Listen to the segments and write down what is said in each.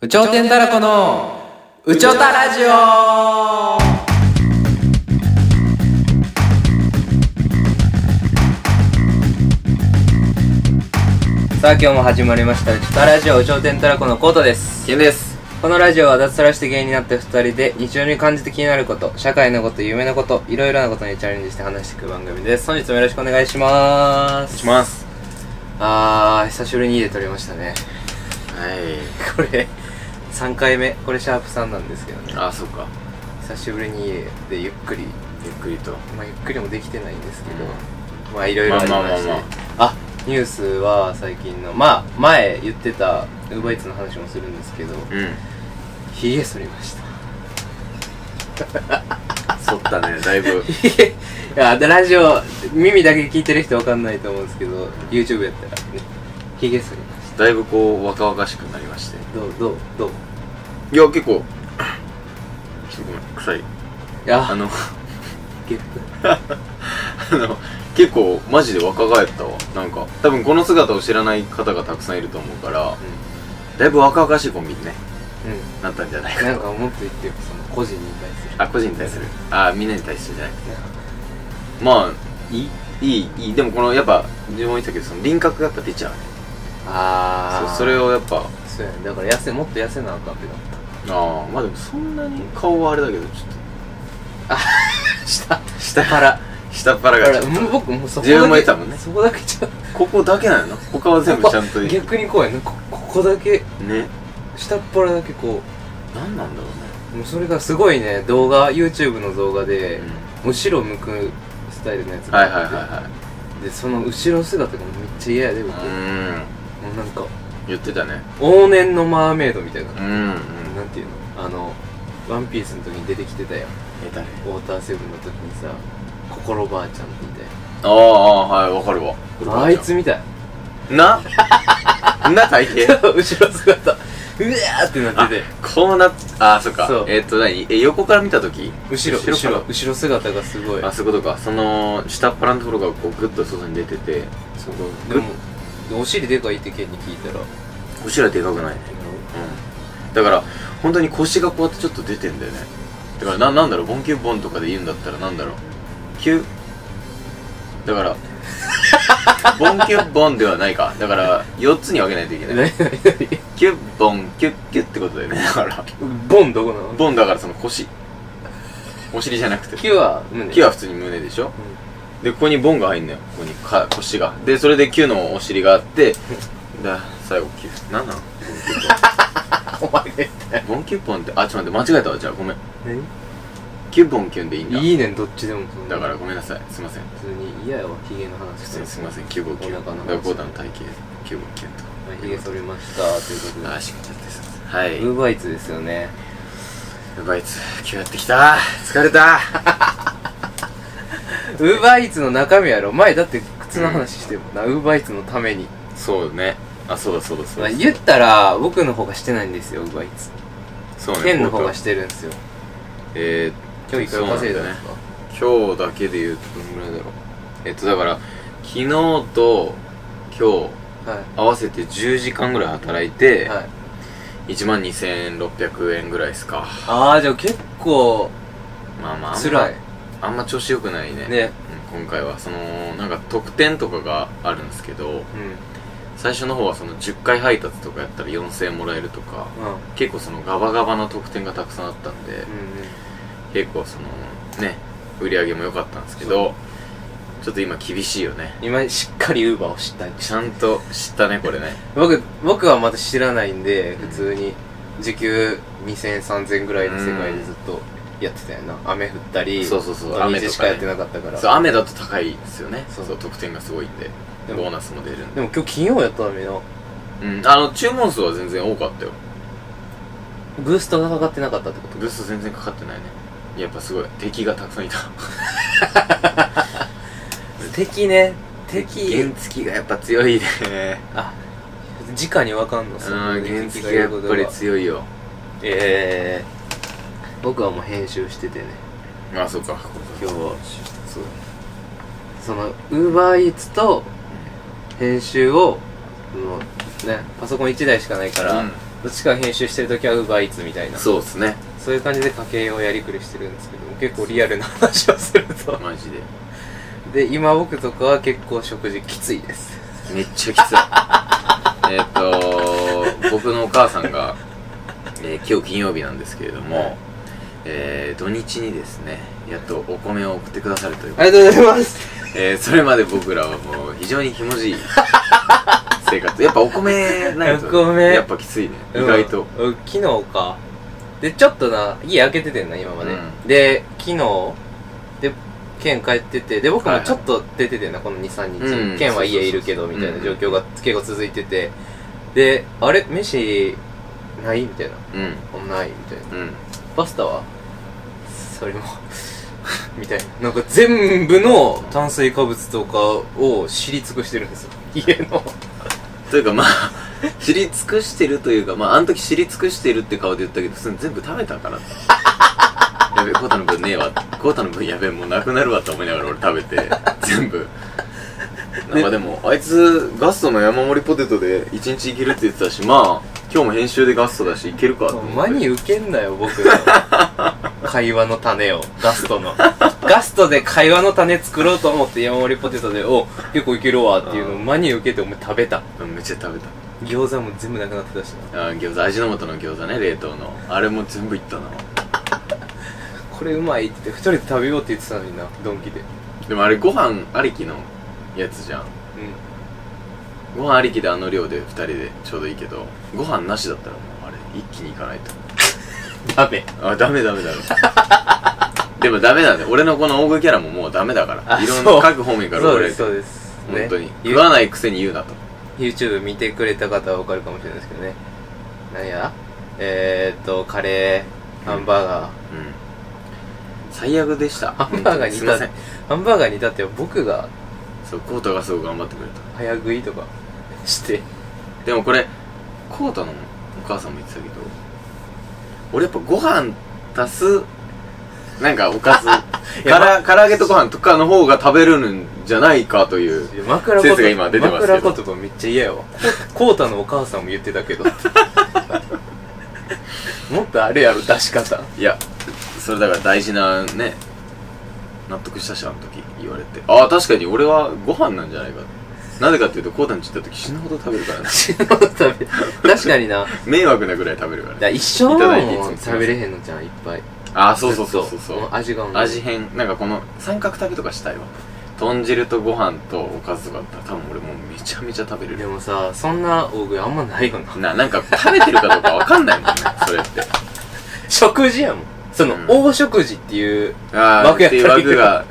宇頂天たらこの宇宙たラジオさあ今日も始まりました「宇宙たラジオ宇頂天たらこのコートですケンです。このラジオは脱サラして芸人になった二人で日常に感じて気になること社会のこと夢のこといろいろなことにチャレンジして話していく番組です本日もよろしくお願いしますします。あー久しぶりに家で撮りましたねはい。これ3回目これシャープ3なんですけどねあ、そうか。久しぶりに家でゆっくりゆっくりと。まあゆっくりもできてないんですけど、うんまあいろいろありましてまあまあまああニュースは最近のまあ前言ってたウーバーイーツの話もするんですけどうん。ひげ剃りました剃ったね、だいぶ。ひげいやラジオ耳だけ聞いてる人わかんないと思うんですけど YouTube やったらねひげ剃りましだいぶこう、若々しくなりまして。たどうどうどういや、結構。ちょっとごめん、臭い。いやあの、ゲップあの、結構、マジで若返ったわ。なんか、多分この姿を知らない方がたくさんいると思うから、だいぶ若々しいコンビにね、うん、なったんじゃないうん、なかんと。かもっと言ってよその個人に対するあ、個人に対する。あ、みんなに対してじゃなくて。まあ、いい、いい、いい。でもこの、やっぱ、自分も言ってたけど、その輪郭がやっぱ出ちゃうね。ああそうそれをやっぱ、そうやねだから痩せもっと痩せなあかんってなっああまあでもそんなに顔はあれだけどちょった下と下腹下っ腹だかがらちょっともう僕もうそこだけ自分も言ったもんねそこだけちゃうここだけなの他は全部ちゃんといいね逆にこうやねこここだけ下っ腹だけこ何なんだろうもうそれがすごいね動画 YouTube の動画でうね、、後ろ向くスタイルのやつがはいはあいって、はでその後ろ姿がめっちゃ嫌やでい僕、はいもうんうなんか言ってたね往年のマーメイドみたいな、うんうんなんていうのあのワンピースの時に出てきてたやんえ誰ウォーターセブンの時にさ心ばあちゃんっていたやんああはいわかるわあいつみたいなな大抵 後ろ姿うわーってなっててこうなっああそっかそうえっと何え横から見た時後ろ後ろか後らろ後ろ姿がすごいあそういうことかその下っ腹のところがこうグッと外に出ててそこでもでお尻でかいってケンに聞いたら後ろはでかくないねうん、だから本当に腰がこうやってちょっと出てんだよねだからななんだろうボンキューボンとかで言うんだったらなんだろうキュだからボンキューボンではないかだから4つに分けないといけ何ない何キュッボンキュッキュッってことだよねだから何ボンどこなのボンだからその腰お尻じゃなくてキュア胸キュは普通に胸でしょでここにボンが入んのよここにか腰がでそれでキュのお尻があってだ最後キュなんなのボンキューボンお前ねボンキュッポンって、あ、ちょっと待って、間違えたわ、じゃあごめん。キュッポンキュンでいいんだ。いいねんどっちでもだからごめんなさい、すいません。普通に嫌やわヒゲの話普通にすいません、キュッポンキュおン。腹の話だからゴーダの体型、キュッポンキュンと。まあヒゲ剃りましたということあでー、しまっちゃって、すいません。はい。ウーバーイーツですよねウバイツ、今日やってきた疲れたウーバーイーツの中身やろ前だって靴の話してるもんなウーバーイーツのためにそうね。あ、そうだそうだそうまあだ。言ったら僕の方がしてないんですよウーバーイーツそうね。ケンの方が僕はしてるんですよえ今日いくら稼いだんですかー、今日だけで言うとどんぐらいだろう。えっと、だから、昨日と今日、は合わせて10時間ぐらい働いて、いはい12,600円ぐらいですか。ああじゃあ結構まあまああんま。辛いあんま調子良くないねねうん今回はそのなんか特典とかがあるんですけどうんうん最初の方はその10回配達とかやったら4000円もらえるとか結構そのガバガバな特典がたくさんあったんで結構そのね売り上げも良かったんですけどちょっと今厳しいよね今しっかりウーバーを知ったんでちゃんと知ったねこれね僕僕はまだ知らないんでう普ん通に時給20003000ぐらいの世界でずっとやってたよな雨降ったりそうそうそう土雨日としかかやっねてなかったからそう雨だと高いですよねそそううそう特典がすごいんででもボーナスも出るんででも今日金曜やったのになうんあの注文数は全然多かったよブーストがかかってなかったってことブースト全然かかってないねやっぱすごい敵がたくさんいた敵ね敵原付がやっぱ強い ねあ直にわかんのうんその原付敵ががいやるこっとぱりが強いよえー、僕はもう編集しててねあそうか今日はそうそのウーバーイーツと編集をもうねパソコン1台しかないから、うんどっちかが編集してる時は UberEats みたいなそうっすねそういう感じで家計をやりくりしてるんですけど結構リアルな話をするとマジでで今僕とかは結構食事きついですめっちゃきつ いえっと僕のお母さんが、えー今日金曜日なんですけれども、えー土日にですねやっとお米を送ってくださるということありがとうございますえーそれまで僕らはもう非常にひもじい生活や っぱお米ないとお米やっぱきついね意外と、うんうん昨日かでちょっとな家開けててんな今まで、うんで昨日で県帰っててで僕はいもはいちょっと出ててんなこの23日、うん県は家いるけどみたいな状況が結構続いててであれ飯ないみたいなうんないみたいなうんパスタはそれも みたいななんか全部の炭水化物とかを知り尽くしてるんですよ家のというかまあ知り尽くしてるというかまああの時知り尽くしてるって顔で言ったけど普通に全部食べた からやべコータの分ねえわコータの分やべえもうなくなるわと思いながら俺食べて全部なんかでもあいつガストの山盛りポテトで1日いけるって言ってたしまあ今日も編集でガストだしいけるかと思って間に受けんなよ 僕の会話の種をガストのガストで会話の種作ろうと思って山盛りポテトでお結構いけるわっていうのを間に受けてお前食べたうんめっちゃ食べた餃子も全部なくなってたしなあー餃子味の素の餃子ね冷凍のあれも全部いったなこれうまいって二人で食べようって言ってたのになドンキでうんでもあれご飯ありきのやつじゃんご飯ありきであの量で2人でちょうどいいけどご飯なしだったらもうあれ一気にいかないとダメあダメ ダメダメでもダメなんだよ俺のこの大食いキャラももうダメだからあいろそんなう各方面から怒そうらでれすてそうです本当にね言わないくせに言うなと YouTube 見てくれた方はわかるかもしれないですけどねなんやえー、っとカレーハンバーガー、うん最悪でしたハンバーガー本当にすいませ至んってハンバーガーに至っては僕がそうコートがすごく頑張ってくれた早食いとかしてでもこれコータのお母さんも言ってたけど俺やっぱご飯足すなんかおかず いやから唐揚げとご飯とかの方が食べれるんじゃないかという枕言先生が今出てますけど枕言葉めっちゃ嫌やわこうたのお母 さんも言ってたけどもっとあれやろ出し 方いやそれだから大事なね納得したしあの時言われてああ確かに俺はご飯なんじゃないかなぜかっていうとコータにちった時死ぬほど食べる からね死ぬほど食べ確かになだか迷惑なぐらい食べるからねら一生いただいていつもも食べれへんのじゃんいっぱいああそうそうそうそうそずっうと味が同じ味変なんかこの三角食べとかしたいわ豚汁とご飯とおかずとかあったら多分俺もうめちゃめちゃ食べれでるもさそんな大食いあんまないよなななんか食べてるかどうかわかんないもんね それって食事やもんその、うん大食事っていうああっ枠やってたいらういい枠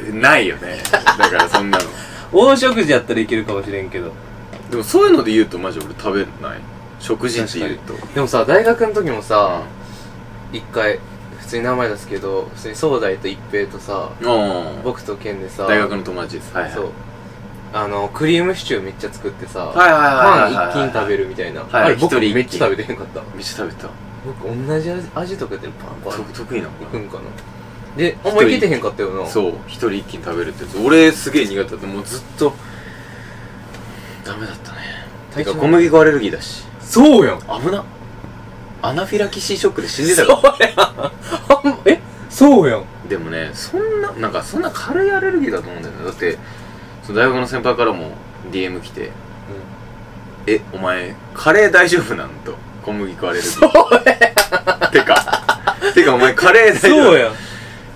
けどがないよねだからそんなの 大食事やったらいけるかもしれんけどでもそういうので言うとマジ俺食べない食事って言うとでもさ大学の時もさ一回普通に名前出すけど普通に壮大と一平とさうん僕と健でさ大学の友達ですはいはいそうあのクリームシチューめっちゃ作ってさ、はいはいはいはいパン一気に食べるるみたいな、はいあれ僕一人一気めっちゃ食べてへんかっためっちゃ食べた僕同じ味味とかでパンパンと得意なのいかくなんかなであんまいけてへんかったよなそう一人一気に食べるってやつ俺すげえ苦手だったもうずっとダメだったね体てか調小麦粉アレルギーだしそうやん危なアナフィラキシーショックで死んでたそかうやんあんまえそうやんらでもねそんななんかそんな軽いアレルギーだと思うんだよねだってその大学の先輩からも DM 来て「えお前カレー大丈夫なん?」と小麦粉アレルギーてかてかお前カレー大丈夫そうやんい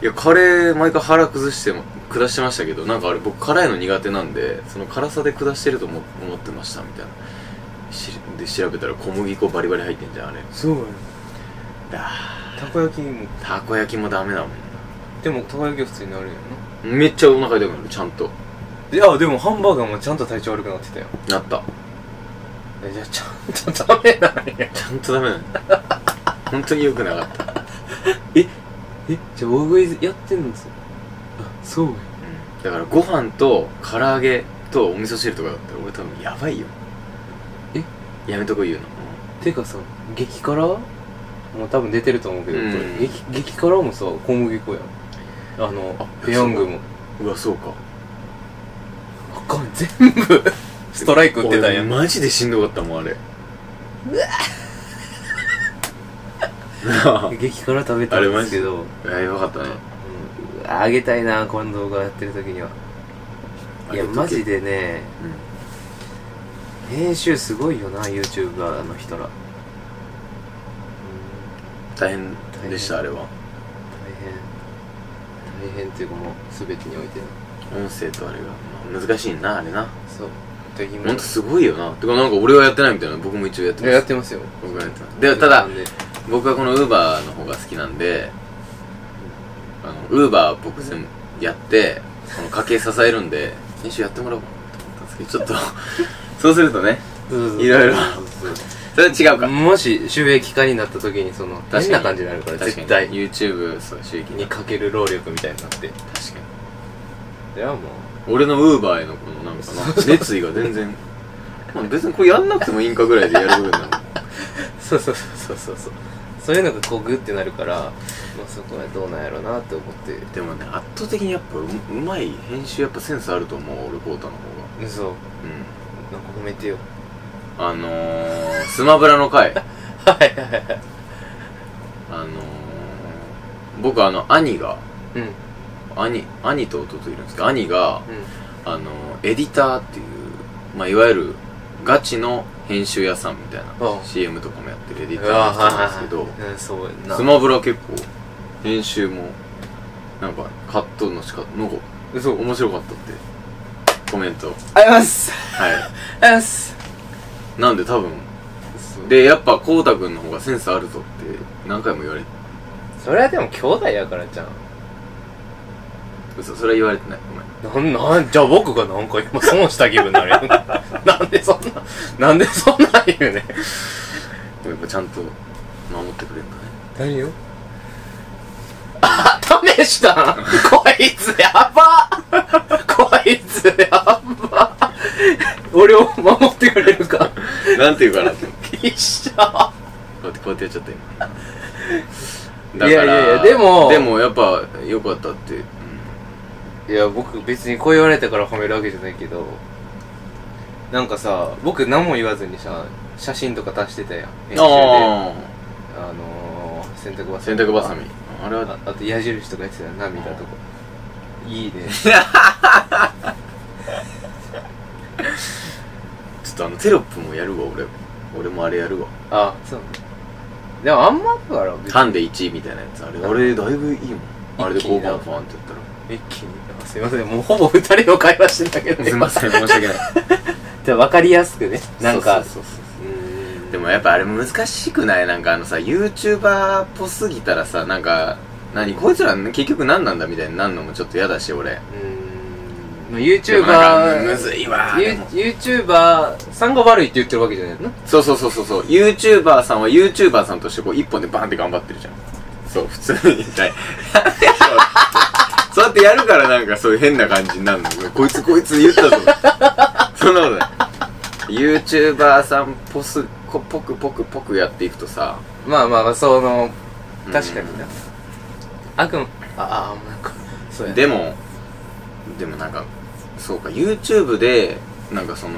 やカレー毎回腹崩しても下してましたけどなんかあれ僕辛いの苦手なんでその辛さで下してると思思ってましたみたいなしで調べたら小麦粉バリバリ入ってんじゃんあれそうやんだたこ焼きもたこ焼きもダメだもんでもたこ焼きは普通になるよなめっちゃお腹痛くなるちゃんといやでもハンバーガーもちゃんと体調悪くなってたよなったえじゃあちゃんとダメなんやちゃんとダメなの 本当に良くなかった、えじゃあ大食いやってんですあそうやんだからご飯と唐揚げとお味噌汁とかだったら俺多分やばいよやめとこ言うのてかさ激辛もう多分出てると思うけど、うんこれ激激辛もさ小麦粉やんあのあペヤングもうわそうかあかん全部 ストライク打ってたんや俺んマジでしんどかったもんあれうわ 激辛食べたんですけど、うんいややばかったねあげたいな、この動画やってる時には。いや、マジででね、編集すごいよな、YouTuber の人ら。うん大変でしたあれは大変。大変っていうかもう、すべてにおいての。音声とあれがまあ難しいなあれなそう。とほんとすごいよなてかなんか俺はやってないみたいな僕も一応やっていやまやっすてますよ。僕はやってますでただなんで僕はこのウーバーの方が好きなんであのウーバー僕全部やってこの家計支えるんで編集やってもらおうかなと思ったんですけどち ょっとそうするとねそうそうそういろいろそうそれは違うそうかもし収益化になった時にそのかに変な感じになるから絶対 YouTube そう収益にに確かかける労力みたいになっていやもに俺のウーバーへのこのなんかな熱意が 全然まあ別にこれやんなくてもいいんかぐらいでやる部分なのうそうそうそうそうそうそういうのがこうグッてなるから、まあ、そこはどうなんやろうなって思ってでもね圧倒的にやっぱううまい編集やっぱセンスあると思う俺コータの方が嘘うんなんか褒めてよあのー、 スマブラの回はいはいはいあのー、僕あの兄がうんうん兄兄と弟いるんですけど兄があのー、エディターっていうまあいわゆるガチの編集屋さんみたいあなあ CM とかもやってるエディタうわーの人はいなんですはいけどはいうんそうやなスマブラ結構編集もなんかカットの仕方なんか嘘面白かったってコメン トありますはありますいなんで多分でやっぱこうたくんの方がセンスあるぞって何回も言われてそれはでも兄弟やからじゃん嘘それは言われてないごめんなん、なん、じゃあ僕がなんか今損した気分になるよね。 なんでそんな、なんでそんなん言うね。やっぱちゃんと守ってくれるんだね何よあ、試したんこいつやばこいつやば俺を守ってくれるか。 なんて言うかなってこ一緒。うやってこうやってやっ ちゃった今いやいやいやでもでもやっぱ良かったって、うんいや、僕別にこう言われたから褒めるわけじゃないけど、なんかさ、僕何も言わずにさ、写真とか足してたやん。編集でああのー、洗濯バあサ洗ミ。濯バサミあれはああと矢印とか言ってたよ涙とかいいねちょっとあのテロップもやるわ俺俺もあれやるわあそうでもあんまだから別ハンデ1位みたいなやつあれあれだいぶいいもんあれで一気に5な番ファンってやったら一気にあすいませんもうほぼ二人の会話してたけどね すいません申し訳ないじゃあ分かりやすくねなんかそうそうそうそううーんでもやっぱあれ難しくないなんかあのさ YouTuber っぽすぎたらさなんか何こいつら結局何なんだみたいになるのもちょっと嫌だし俺うーんまあでもなんか YouTuber むずいわユでもー YouTuber さんが悪いって言ってるわけじゃないのそうそうそうそうそう YouTuber さんは YouTuber さんとしてこう一本でバンって頑張ってるじゃんそう普通に 痛いそうやってやるからなんかそういう変な感じになるのこいつこいつ言ったぞそんなことない YouTuber さんポスこポクポクポクやっていくとさまあまあまあそのうん確かになあくんああなんかそうやでもでもなんかそうか YouTube でなんかその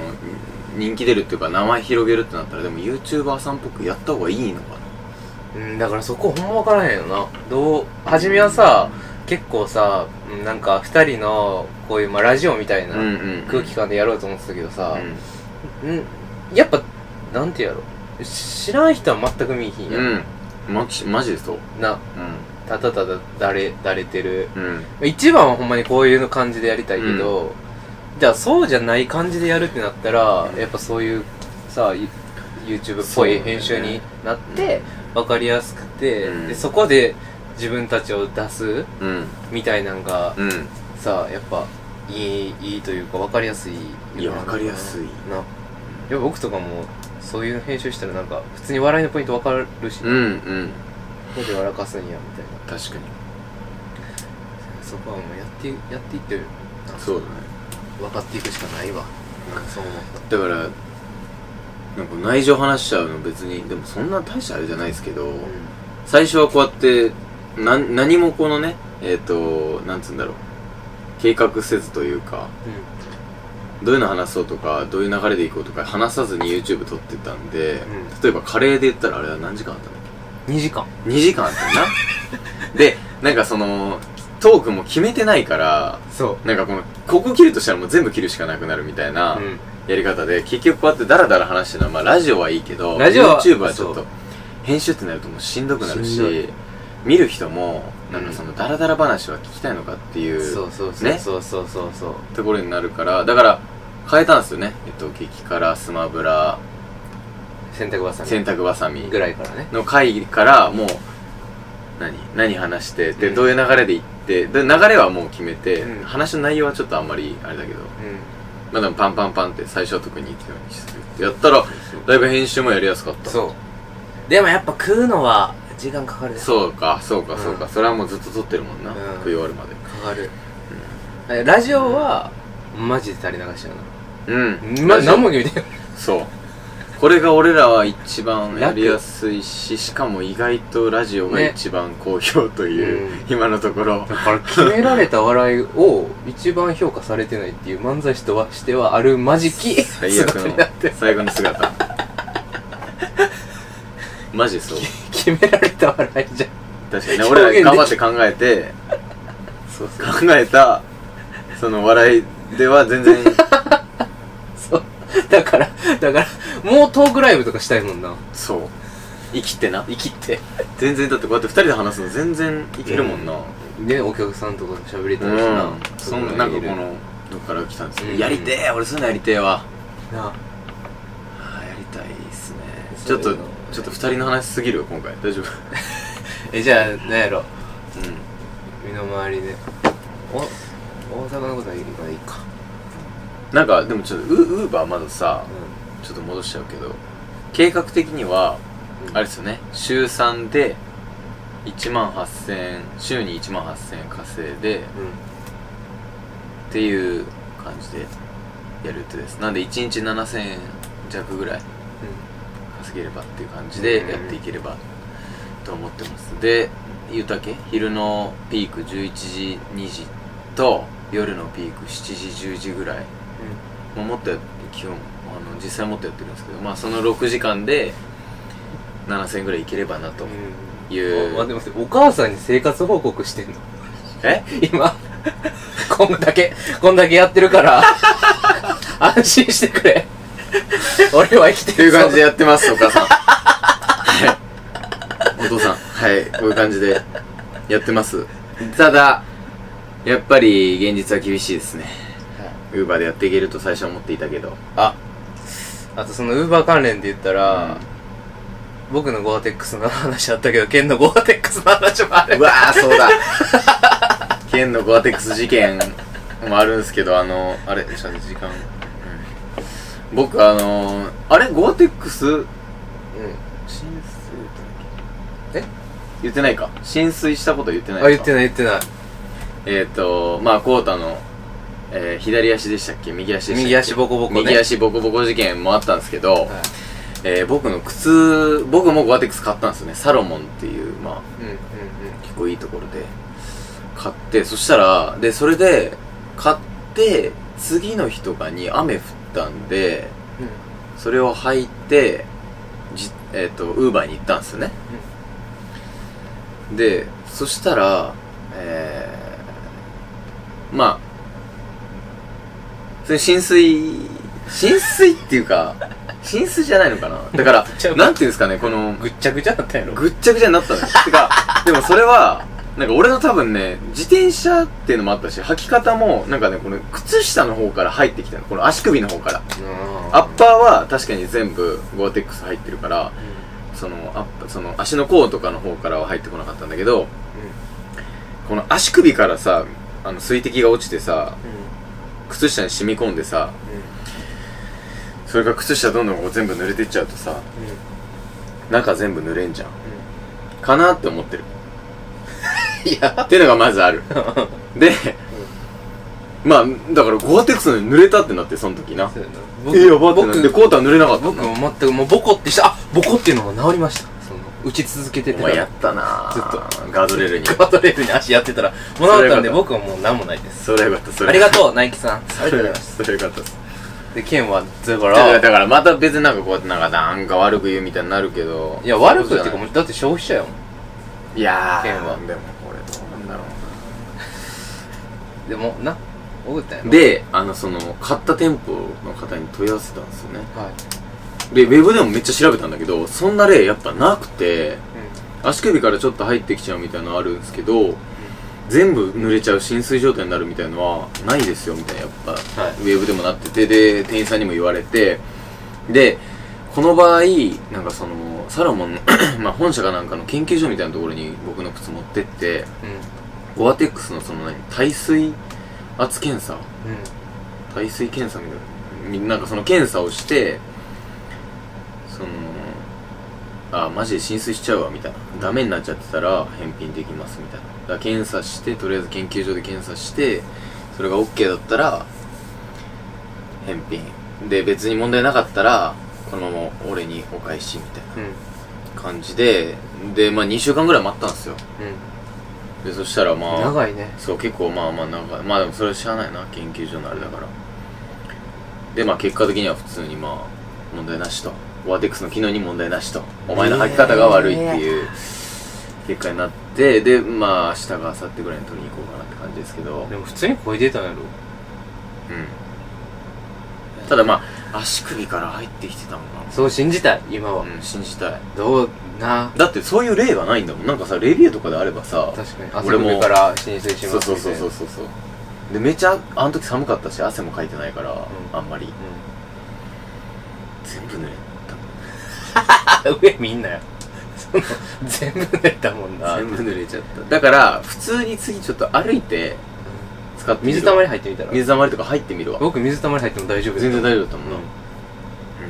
人気出るっていうか名前広げるってなったらでも YouTuber さんっぽくやった方がいいのかなうんだからそこほんま分からへんよなどう初めはさ結構さうんなんか2人のこういう、まあ、ラジオみたいなうんうん空気感でやろうと思ってたけどさう、んうん、やっぱなんてやろう知らん人は全く見えひんやん、うんマジマジでそうなうただただだれだれてるんうん一番はほんまにこういう感じでやりたいけど、じゃあそうじゃない感じでやるってなったらやっぱそういうさい YouTube っぽい編集になって分かりやすくて、うんでそこで自分たちを出すうんみたいなんがうんさやっぱいいいいというか分かりやすいいやわかりやすいなやっぱ僕とかもそういう編集したらなんか普通に笑いのポイント分かるし、うんうんここで笑かすんやみたいな確かにそこはもうやってやっていってそうだね分かっていくしかないわなんかそう思っただからなんか内情話しちゃうの別にでもそんな大したあれじゃないですけど、う最初はこうやってなん何もこのねえっ、となんつうんだろう計画せずというかんどういうの話そうとかどういう流れでいこうとか話さずに YouTube 撮ってたんで、うん例えばカレーで言ったらあれは何時間あったんだっ2時間2時間あったよなでなんかそのトークも決めてないからそなんかこのここ切るとしたらもう全部切るしかなくなるみたいなうやり方で、結局こうやってダラダラ話してるのは、まあ、ラジオはいいけどラジオは YouTube はちょそっとう編集ってなるともうしんどくなるししんどい見る人もなんうかんそのダラダラ話は聞きたいのかっていんそううそうそうねそうそうそうそうところになるからだから変えたんですよねえっと激辛スマブラ洗濯バサミ洗濯バサミぐらいからねの会からもう何何話してで、うんどういう流れで行ってで流れはもう決めて、うん話の内容はちょっとあんまりあれだけどうまあでもパンパンパンって最初は特に行くようにするってやったらだいぶ編集もやりやすかったんそうでもやっぱ食うのは時間かかるねそうかそうかそうか、うんそれはもうずっと撮ってるもんな、うん食い終わるまでかかるえラジオはマジで垂れ流しやうんなな何も言うてんそうこれが俺らは一番やりやすいししかも意外とラジオがね一番好評という、うん今のとこだろから決められた笑いを一番評価されてないっていう漫才師とはしてはあるまじき最悪姿になのって最後の姿マジそう決められた笑いじゃん確か にね俺ら頑張って考えてそうそう考えたその笑いでは全然そうだからだからもうトークライブとかしたいもんなそう生きてな生きて全然だってこうやって二人で話すの全然いけるもんなねお客さんとかと喋れうたりしな、んそんなんかこのどっから来たんですかうんやりてえ俺そういうのやりてえわなあーやりたいっすねちそうょいっうのとちょっと二人の話すぎるよ今回大丈夫えじゃあ何やろうん身の回りでお大阪のことはいいからいいかなんかでもちょっとウウーバーまださうちょっと戻しちゃうけど計画的にはんあれですよね週3で1万8000円週に1万8000円稼いでうっていう感じでやる予定ですなんで1日7000円弱ぐらいんうん稼げればっていう感じでやっていければと思ってますで言うたけ昼のピーク11時2時と夜のピーク7時10時ぐらい、まあ、もっとや基本あの実際もっとやってるんですけどまあその6時間で7000円ぐらいいければなと、いううんあ待って待ってお母さんに生活報告してんのえ今 こんだけこんだけやってるから 安心してくれ俺は生きってているうぞ感じでやってます、お母さん。はい。お父さん。はい。こういう感じでやってます。ただ、やっぱり現実は厳しいですね。ウーバーでやっていけると最初は思っていたけど。ああとそのウーバー関連で言ったら、僕のゴアテックスの話あったけどケンのゴアテックスの話もあうるわー、そうだ。県のゴアテックス事件もあるんですけど、あの、あれ、ちょっと時間。うん僕、あのあれゴアテックス浸水え言ってないか浸水したこと言ってないかあ言ってない言ってないえっ、ー、と、まあ、コータの、えー左足でしたっけ右足でしたっけ右足ボコボコね右足ボコボコ事件もあったんですけど、はえー僕の靴、僕もゴアテックス買ったんですよね。サロモンっていう、まいうんうんうんあ、結構いいところで、買って、そしたら、で、それで、買って、次の日とかに雨降ったんで、それを履いて、じえっ、と、ウーバーに行ったんですよね。で、そしたら、えー、まあ、それ浸水、浸水っていうか、浸水じゃないのかなだかちゃら、うなんていうんですかね、この、ぐっちゃぐちゃだったやろぐっちゃぐちゃになったのよ。てか、でもそれは、なんか俺の多分ね、自転車っていうのもあったし、履き方も、なんかね、この靴下の方から入ってきたの。この足首の方から。アッパーは確かに全部ゴアテックス入ってるから、その、アッパその足の甲とかの方からは入ってこなかったんだけど、この足首からさあの水滴が落ちてさ靴下に染み込んでさそれから靴下どんどんこう全部濡れてっちゃうとさ中全部濡れんじゃんかなって思ってるいやっていうのがまずあるで、まあだからゴアテックスの濡れたってなってその時なそうやなえやばってなっ僕てでコートは濡れなかった僕なも全くもうボコってしたあボコっていうのが治りましたその打ち続けておて前やったなずっとガードレールにガードレールに足やってたらもう治ったんでそれはよかった僕はもう何もないですそれはよかったそれありがとうナイキさんありがとうございますそれはよかったですで、ケンは、だかだからら、だからまた別になんかこうやってなんかなんか悪く言うみたいになるけどいや、悪くっていうか、ももうだって消費者やもん。いやー剣はでもこれどうなんだろでも、な、怒ったんやうろ。であのその買った店舗の方に問い合わせたんですよねはい。でウェブでもめっちゃ調べたんだけどそんな例やっぱなくて足首からちょっと入ってきちゃうみたいなのあるんですけど、全部濡れちゃう浸水状態になるみたいのはないですよみたいなやっぱ、はいウェブでもなっててで店員さんにも言われてでこの場合なんかそのサロモンの まあ本社かなんかの研究所みたいなところに僕の靴持ってっうてん。ゴアテックスのその何耐水圧検査うん。耐水検査みたいなみなんかその検査をしてそのあマジで浸水しちゃうわみたいなダメになっちゃってたら返品できますみたいなだから検査してとりあえず研究所で検査してそれが OK だったら返品で別に問題なかったらこのまま俺にお返しみたいうん。うん。な感じででまあ2週間ぐらい待ったんですよでそしたらまあ長いね。そう結構まあまあなんかまあでもそれはしゃあないな研究所のあれだからでまあ結果的には普通にまあ問題なしとワーテックスの機能に問題なしとお前の履き方が悪いっていう結果になってでまあ明日か明後日ぐらいに取りに行こうかなって感じですけどでも、普通に声出たんやろ。うんただまあ足首から入ってきてたのかそう信じたい、今は。なうん信じたいどう、な、だってそういう例がないんだもんなんかさレビューとかであればさ確かに。俺汗も首から浸水しそうますそうみたいそうな。そうそうそうでめちゃあの時寒かったし汗もかいてないから、うんあんまり全部濡れうん。上みんなや。その、全部出たもんな。全部濡れちゃっただから普通に次ちょっと歩いて使ってみる水たまり入ってみたら。水たまりとか入ってみるわ僕、水たまり入っても大丈夫です全然大丈夫だったもんな、うんうん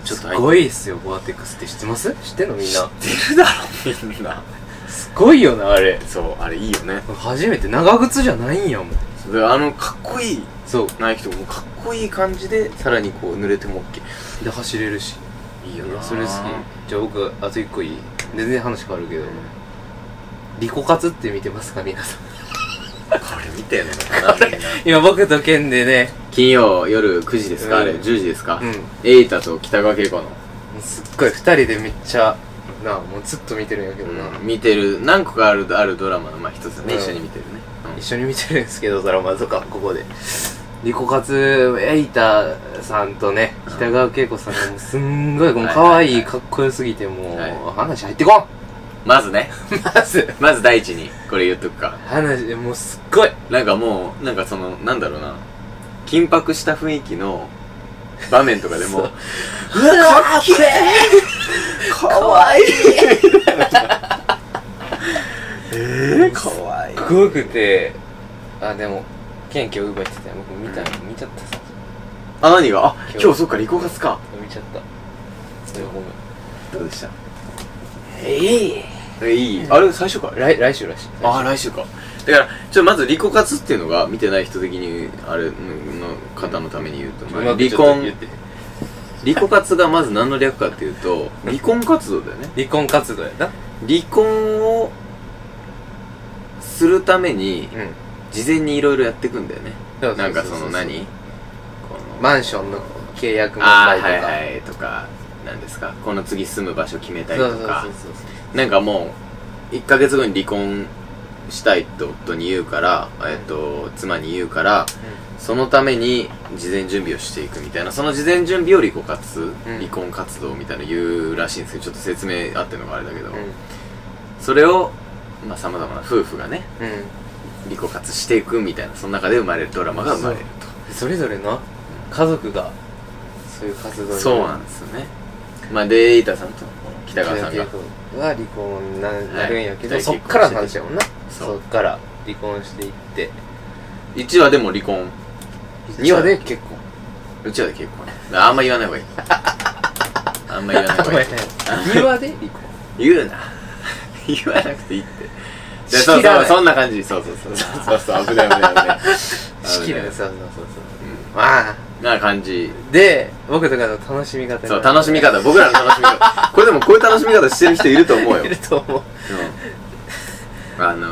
ちょっとすごいっすよ、ゴアテックスって知ってます知ってんのみんな。入って知ってるだろみんなすごいよな、あれ。そうあれいいよね初めて長靴じゃないんやもん。だからあのかっこいいそう。ナイキとかもかっこいい感じでさらにこう濡れても OK で、走れるし。いいいよなや、それ好き。じゃあ僕、あと一個いい全然話変わるけど。リコ活って見てますか、皆さん。これ見てんのかなみんな今、僕とケンでね、金曜夜9時ですか、あれうん10時ですか、うん。エイタと北川景子のすっごい、二人でめっちゃ、なあ、もうずっと見てるんやけどな。見てる何個かあるあるドラマのまあ一つね、うん一緒に見てるね、一緒に見てるんですけどドラマとかここでリコカツエイタさんとねうん北川景子さんがもうすんごいもうはい可はい愛はいいかっこよすぎてもはいう話入ってこんまずねまずまず第一にこれ言っとくか話もうすっごいなんかもうなんかそのなんだろうな緊迫した雰囲気の場面とかでもうわかっけえかわいいえー、かわいいかっこよくてあでもケン今日ウーバー行ってたよ僕見た見ちゃったさあ何があ今日今日そっかリコカツか見ちゃったそれごめんどうでしたえいえいいあれ最初から来来週来週ああ来週かだからちょっとまずリコ活っていうのが見てない人的にあれの方のために言うと、まあうまく離ちょっと言婚ってリコ活がまず何の略かっていうと離婚活動だよね離婚活動やな離婚をするためにうん事前にいろいろやっていくんだよねそうそうそうそうなんかその何このマンションの契約問ああ題とはかいはいとか何ですかこの次住む場所決めたそうりとそかうそうそうなんかもう、1ヶ月後に離婚したいって夫に言うから、えっと、妻に言うから、そのために事前準備をしていくみたいな、その事前準備を離婚活、うん離婚活動みたいなの言うらしいんですけど、ちょっと説明あってのがあれだけど、うんうんそれを、まあ様々な夫婦がね、う離婚活していくみたいな、その中で生まれるドラマが生まれるん、それぞれの家族がそういう活動と。そうなんですよね。まあ、デイタさんと北川さんが北。川景子は離婚にな,、なるんやけどはいそっからの話やもんなそうそっから離婚していって1話でも離婚。 2話で結婚うちは結構ねあんま言わない 方がいいあんま言わない方がいい2話で離婚言うな 言わなくていいってで仕そう切らなそういそんな感じそうそうそうそうそう危ない危ない危ない仕切る危ないそうそうそうそううまあんな感じで僕とかの楽しみ方そう楽しみ方方僕らの楽しみ方これでもこういう楽しみ方してる人いると 思うよいると思ううんあの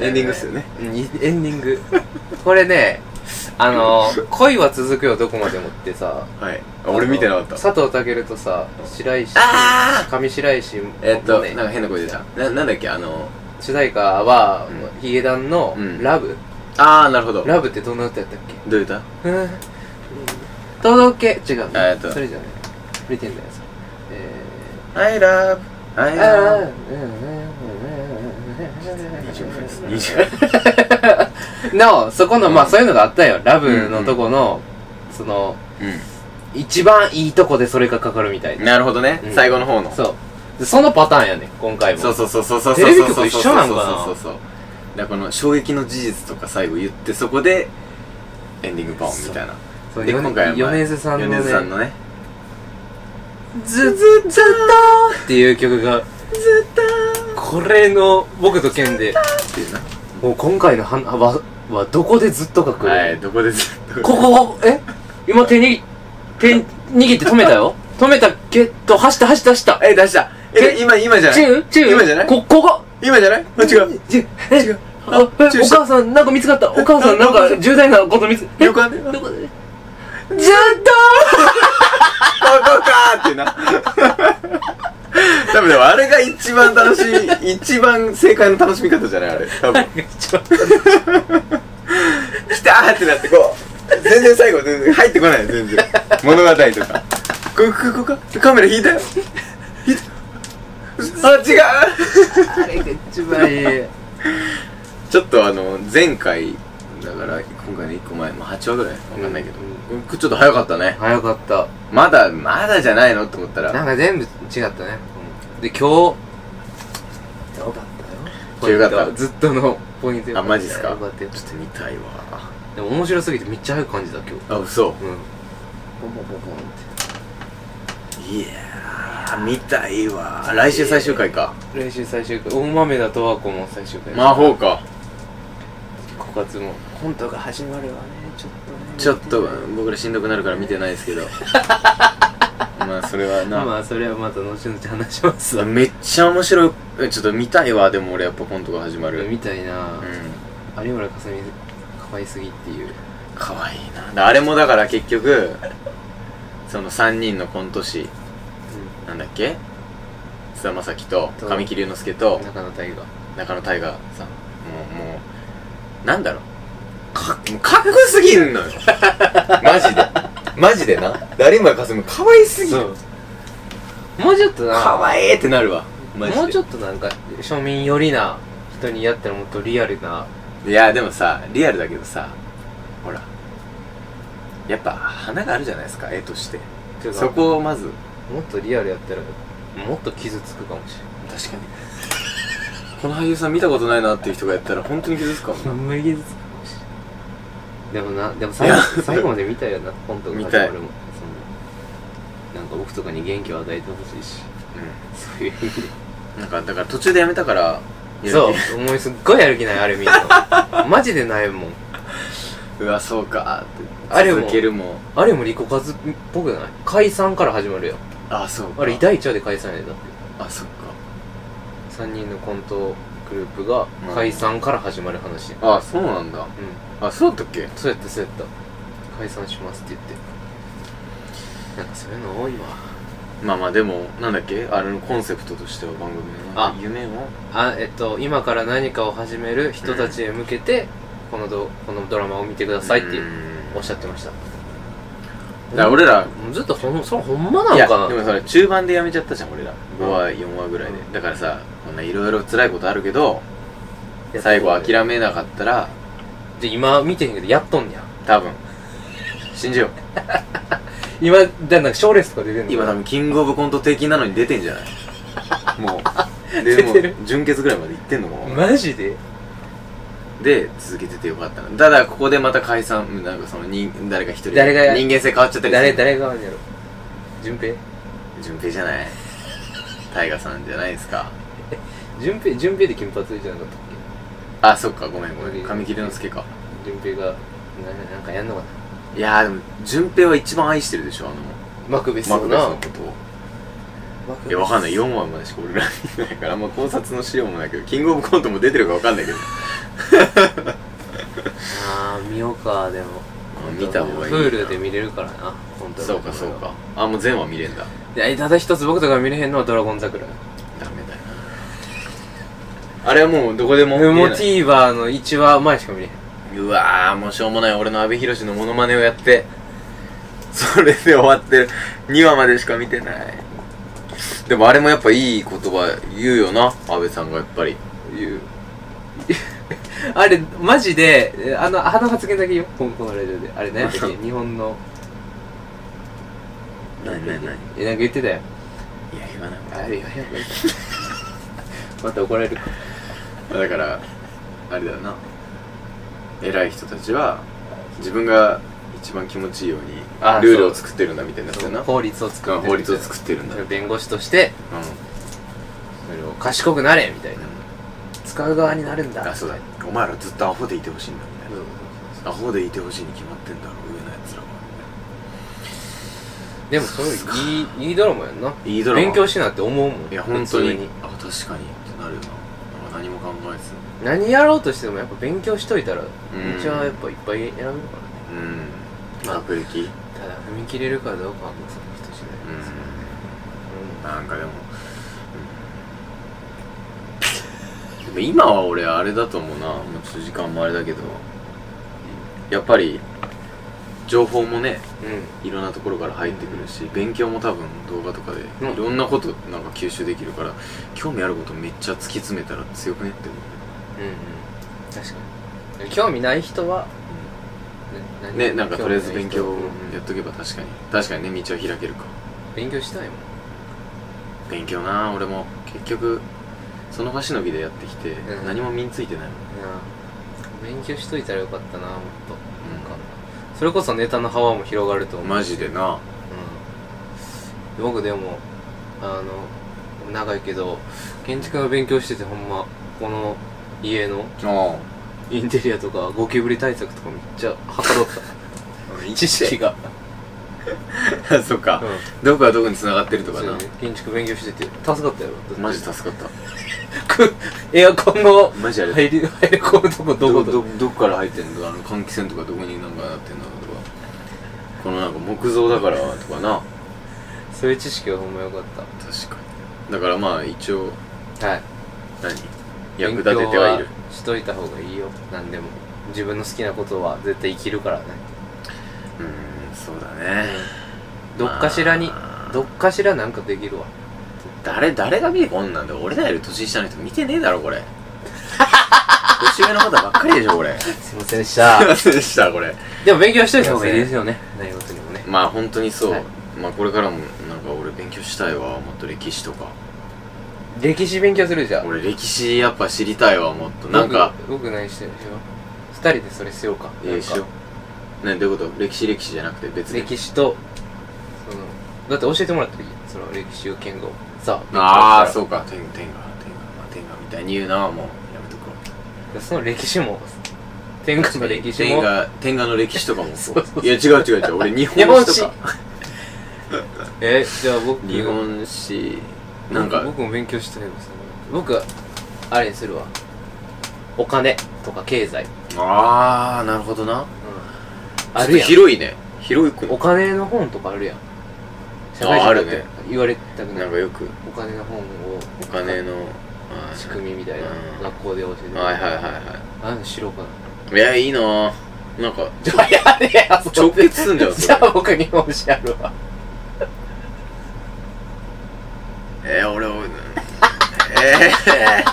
エンディングっすよねうんエンディングこれねあのー、恋は続くよ、どこまでもってさ。はいあ俺見てなかった佐藤健とさ、白石あ、上白石、えっと、ねなんか変な声出たななんだっけあの主題歌は、うヒゲダンのうんラブ、ああなるほどどラブってどんな歌やったっけういう歌うん届け違うあえっとそれじゃない見てんだよさえ I love I ー、あ love 20分です20分 ーのそこの、まあそういうのがあったよラブうんうのんとこの、その一番いいとこでそれがかかるみたいうんな、なるほどねうん最後の方のそうそうでそのパターンやね今回もそうそうそうそうそうテレビ局と一緒なんかなそうそうそうそうだからこの衝撃の事実とか最後言ってそこでエンディングボーンみたいなそうでよね今回は米津さんのね米津さんのねずずずっとっていう曲がずっとこれの僕と剣でっていうなもう今回のはははどこでずっと書く、はいどこでずっとここえ今手に手握って止めたよ止めたけど走った走った走った え出したええ今今じゃなチいューチュー今じゃないこここ今じゃないあ違うチューえ違うあえおチューした母さんなんか見つかったお母さんなんか重大なこと見つえよかったどここでずっとこかーってな 多分でもあれが一番楽しい一番正解の楽しみ方じゃないあれ多分来たーってなってこう全然最後全然入ってこない全然物語とかここここかカメラ引いたよ引いたあ違うあれが一番いいちょっとあの前回だから今回の1個前も8話ぐらいわかんないけど、うんちょっと早かったね早かったまだまだじゃないのって思ったなんらか全部違ったね、で今日よかったよよかったずっとのポイントよあかったマジっすかよかったよちょっと見たいわでも面白すぎてめっちゃ早く感じた今日うんあ嘘ボンボンボンボンっいやー見たいわ来週最終回かて練習最終回大豆だとワコも最終回魔法か枯渇もコントが始まるわねちょっとねちょっと僕らしんどくなるから見てないで すけどまあそれはな、まあそれはまた後々話しますわめっちゃ面白いえちょっと見たいわでも俺やっぱコントが始まるみたいな、うん有村架純可愛すぎっていうかわいいなだあれもだから結局その3人のコント師なんだっけ菅田将暉とと神木隆之介と中野大河中野大河さんもうもうなんだろうかもうかっこよすぎんの よマジでマジでな誰もかすむかわいすぎるもうちょっとなかわいいってなるわマジでもうちょっとなんか庶民寄りな人にやったらもっとリアルないやでもさリアルだけどさほらやっぱ花があるじゃないですか絵としてていうかそこをまずもっとリアルやったらもっと傷つくかもし確かにこの俳優さん見たことないなっていう人がやったら本当に傷つくか れないもなほんまに傷つくかもしれないでもなでも最い後や最後まで見たいよなコントが見たい始まるもんそのなんか僕とかに元気を与えてほしいしそういう意味うんなんかだから途中でやめたからでそやるう思いすっごいやる気ないあれ見るの マジでないもん気うわそうかーってあれも続けるもあれもリコカズっぽくない解散から始まるよあそうかあれ第一話で解散やでだってあそっか3人のコントグループがうん解散から始まる話うんあそうなんだあそうだったっけそうやったそうやった解散しますって言ってなんかそういうの多いわまあまあでもなんだっけあれのコンセプトとしては番組のなんあか夢をあえっと今から何かを始める人たちへ向けてこのどこのドラマを見てくださいってうんおっしゃってましただから俺らずっとほんそれほんまないのやかなでもそれ中盤でやめちゃったじゃん俺ら5話4話ぐらいでだからさこんないろいろ辛いことあるけどいや最後諦めなかったらで今見てへんけどやっとんねや多分信じよう今だからなんか賞レースとか出てんの今多分キングオブコント的なのに出てんじゃないも うで出てるもう純潔ぐらいまで行ってんのかも、マジでで続けててよかったなただここでまた解散うんなんかその人誰か一人誰がや人間性変わっちゃったり誰誰があるんやろ順平順平じゃない大河さんじゃないですか順平順平で金髪じゃなかったっけあそっかごめんごめん神木隆之介か順平がななんかやんのかないやーでも順平は一番愛してるでしょあのマクベスマをクベスなのことをマクベスいやわかんない4話までしか俺ら見てないからあんま考察の資料もないけどキングオブコントも出てるかわかんないけどああ見ようかでも見た方がいいプなールで見れるからな本当にそうかそうかあもう全話見れんだいやただ一つ僕とか見れへんのは「ドラゴン桜」ダメだなあれはもうどこでも俺も見れない TVer の1話前しか見れへんうわーもうしょうもない俺の阿部寛のモノマネをやってそれで終わってる2話までしか見てないでもあれもやっぱいい言葉言うよな阿部さんがやっぱりいうあれマジでえあのあの発言だけよこのこのラジオであれ何やった っけ日本の何何何いえなんか言ってたよや言わないあれやばいまた怒られるかだからあれだよな偉い人たちは自分が一番気持ちいいようにあルールを作ってるんだみたいなやつだよな法律を作ってうんる法律を作ってるんだうん弁護士としてそれを賢くなれみたいな使う側になるんだあそうだお前らずっとアホでいてほしいんだみたいなアホでいてほしいに決まってんだろ上のやつらはでもそれいいいいドラマやんないいドラマ勉強しなって思うもんいや本当に普通あ確かにってなるよななんか何も考えず何やろうとしてもやっぱ勉強しといたらううんちはやっぱいっぱい選べるからねうん学歴うんただ踏み切れるかどうかはもうその人次第ですよなんかでも、うん、でも今は俺あれだと思うなもうちょっと時間もあれだけどやっぱり情報もねういろんなところから入ってくるし、勉強も多分動画とかでうんいろんなことなんか吸収できるから、興味あることめっちゃ突き詰めたら強くねって思んうんうん確かに興味ない人はう何ねなんかとりあえず勉強うんうんやっとけば確かに確かにね道は開けるか勉強したいもん勉強な俺も結局その橋の木でやってきて、うん何も身についてないもんなあ勉強しといたらよかったなもっとなんかうそれこそネタの幅も広がると思うマジでなうん、僕でもあの長いけど建築の勉強しててほんまこの家のあインテリアとかゴキブリ対策とかめっちゃはかどった知識が、あ そっか、うどこがどこに繋がってるとんかそうな、ね、建築勉強してて助かったやろマジ助かったくエアコンのマジあれ入り入り込むとこどこどこどどこから入ってんのあの換気扇とかどこになんかなってんのとかこのなんか木造だからとかなそういう知識はほんまよかっ確かにだからまあ一応たはい何役立てては勉いる強はしといた方がいいよ何でも自分の好きなことは絶対生きるからねうーんそうだねどっかしらにまあどっかしらなんかできるわ誰誰が見るこんなんだよ俺らより年下の人見てねえだろこ れ年上の方ばっかりでしょこ れすいすいませんでしま たせんでしたこれでも勉強しといた方がいいですよね何事にもねまあ本当にそう、はいまあこれからもなんか俺勉強したいわもっと歴史とか歴史勉強するじゃん俺歴史やっぱ知りたいわもっとなんか僕僕何してるでしょ二人でそれしようかええしようねどういうこと歴史歴史じゃなくて別に歴史とそのだって教えてもらった時その歴史を剣豪さああうそうか天下天下天下まあ天下みたいに言うなもうやめとこうその歴史も天下の歴史天も下天下の歴史とかも そうそうそういや違う違う違う俺日本史とかえじゃあ僕日本史なんか僕も勉強したいですね僕あれにするわお金とか経済、ああなるほどなあるやんちょっと広いね広いくお金の本とかあるやん社ああ会る人だねって言われたくなないんかよくお金の本をお金のあー仕組みみたいなうん学校で教えてはいはいはいいはあのしろうかないいやいいなーなんかじゃあやれや直結すんじゃんそじれゃあ僕日本史やるわえー、俺俺え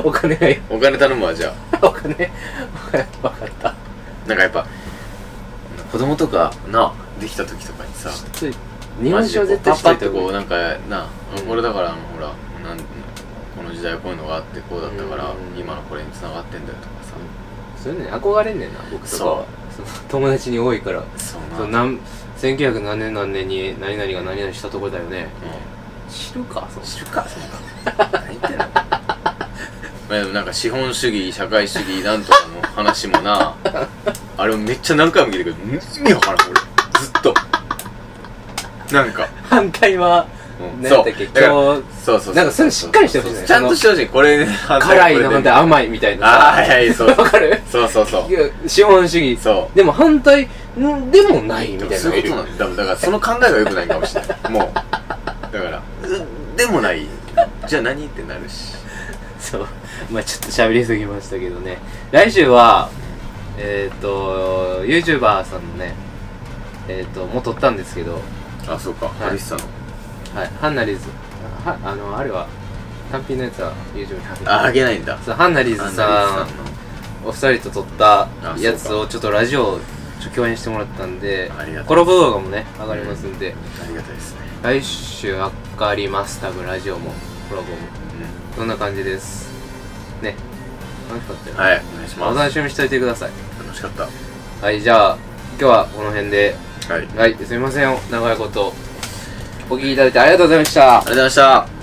お金がいいー、お金頼むわじゃお金お金分かったあなんかやっぱ子供とかなできた時とかにさちょっと日本史は絶対マジでこうパッパってとこううなんかなうん俺だからあのほらなんこの時代こういうのがあってこうだったからうん今のこれに繋がってんだよとかさそういうのに憧れんねんな僕とかはその友達に多いからそそううななん1900何年何年に何々が何々したところだよね知るかそ知るかそん な何言ってんのまあでもなんか資本主義社会主義なんとかの話 もなあれもめっちゃ何回も聞いてくる意味わからん俺ずっとなんか反対はうんねそうだっけだから今日そうそうなんかそれしっかりしてほしいねちゃんとしてほしいこれね反対辛いのこれ反で対甘いみたいなああはいはいそうわかるそうそうそういや資本主義そうでも反対んでもないみたいなそういうことなんだだからその考えが良くないかもしれないもうだからうでもないじゃあ何ってなるしそう。まあちょっと喋りすぎましたけどね。来週は、えっ、ー、と、YouTuber さんのね、えっ、ー、と、もう撮ったんですけど、あそうかいハリッサのはい、ハンナリーズ、は、あの、あれは、単品のやつは YouTube に上げああてげないんだそう、ハンナリーズさハンナリーズん、お二人と撮ったあやつをちょっとラジオ、ちょっと共演してもらったんでありがと、うコラボ動画もね、上がりますんで、さんのありがたいですね来週上がります、多分ラジオも、コラボも。そんな感じです。ね。楽しかったうよねんはいお願いしおま楽すしみにしておいてください。楽しかったはい、じゃあ、今日はこの辺で、はいありがとうはい、すみません、長いこと、お聞きいただいてありがとうございました。ございました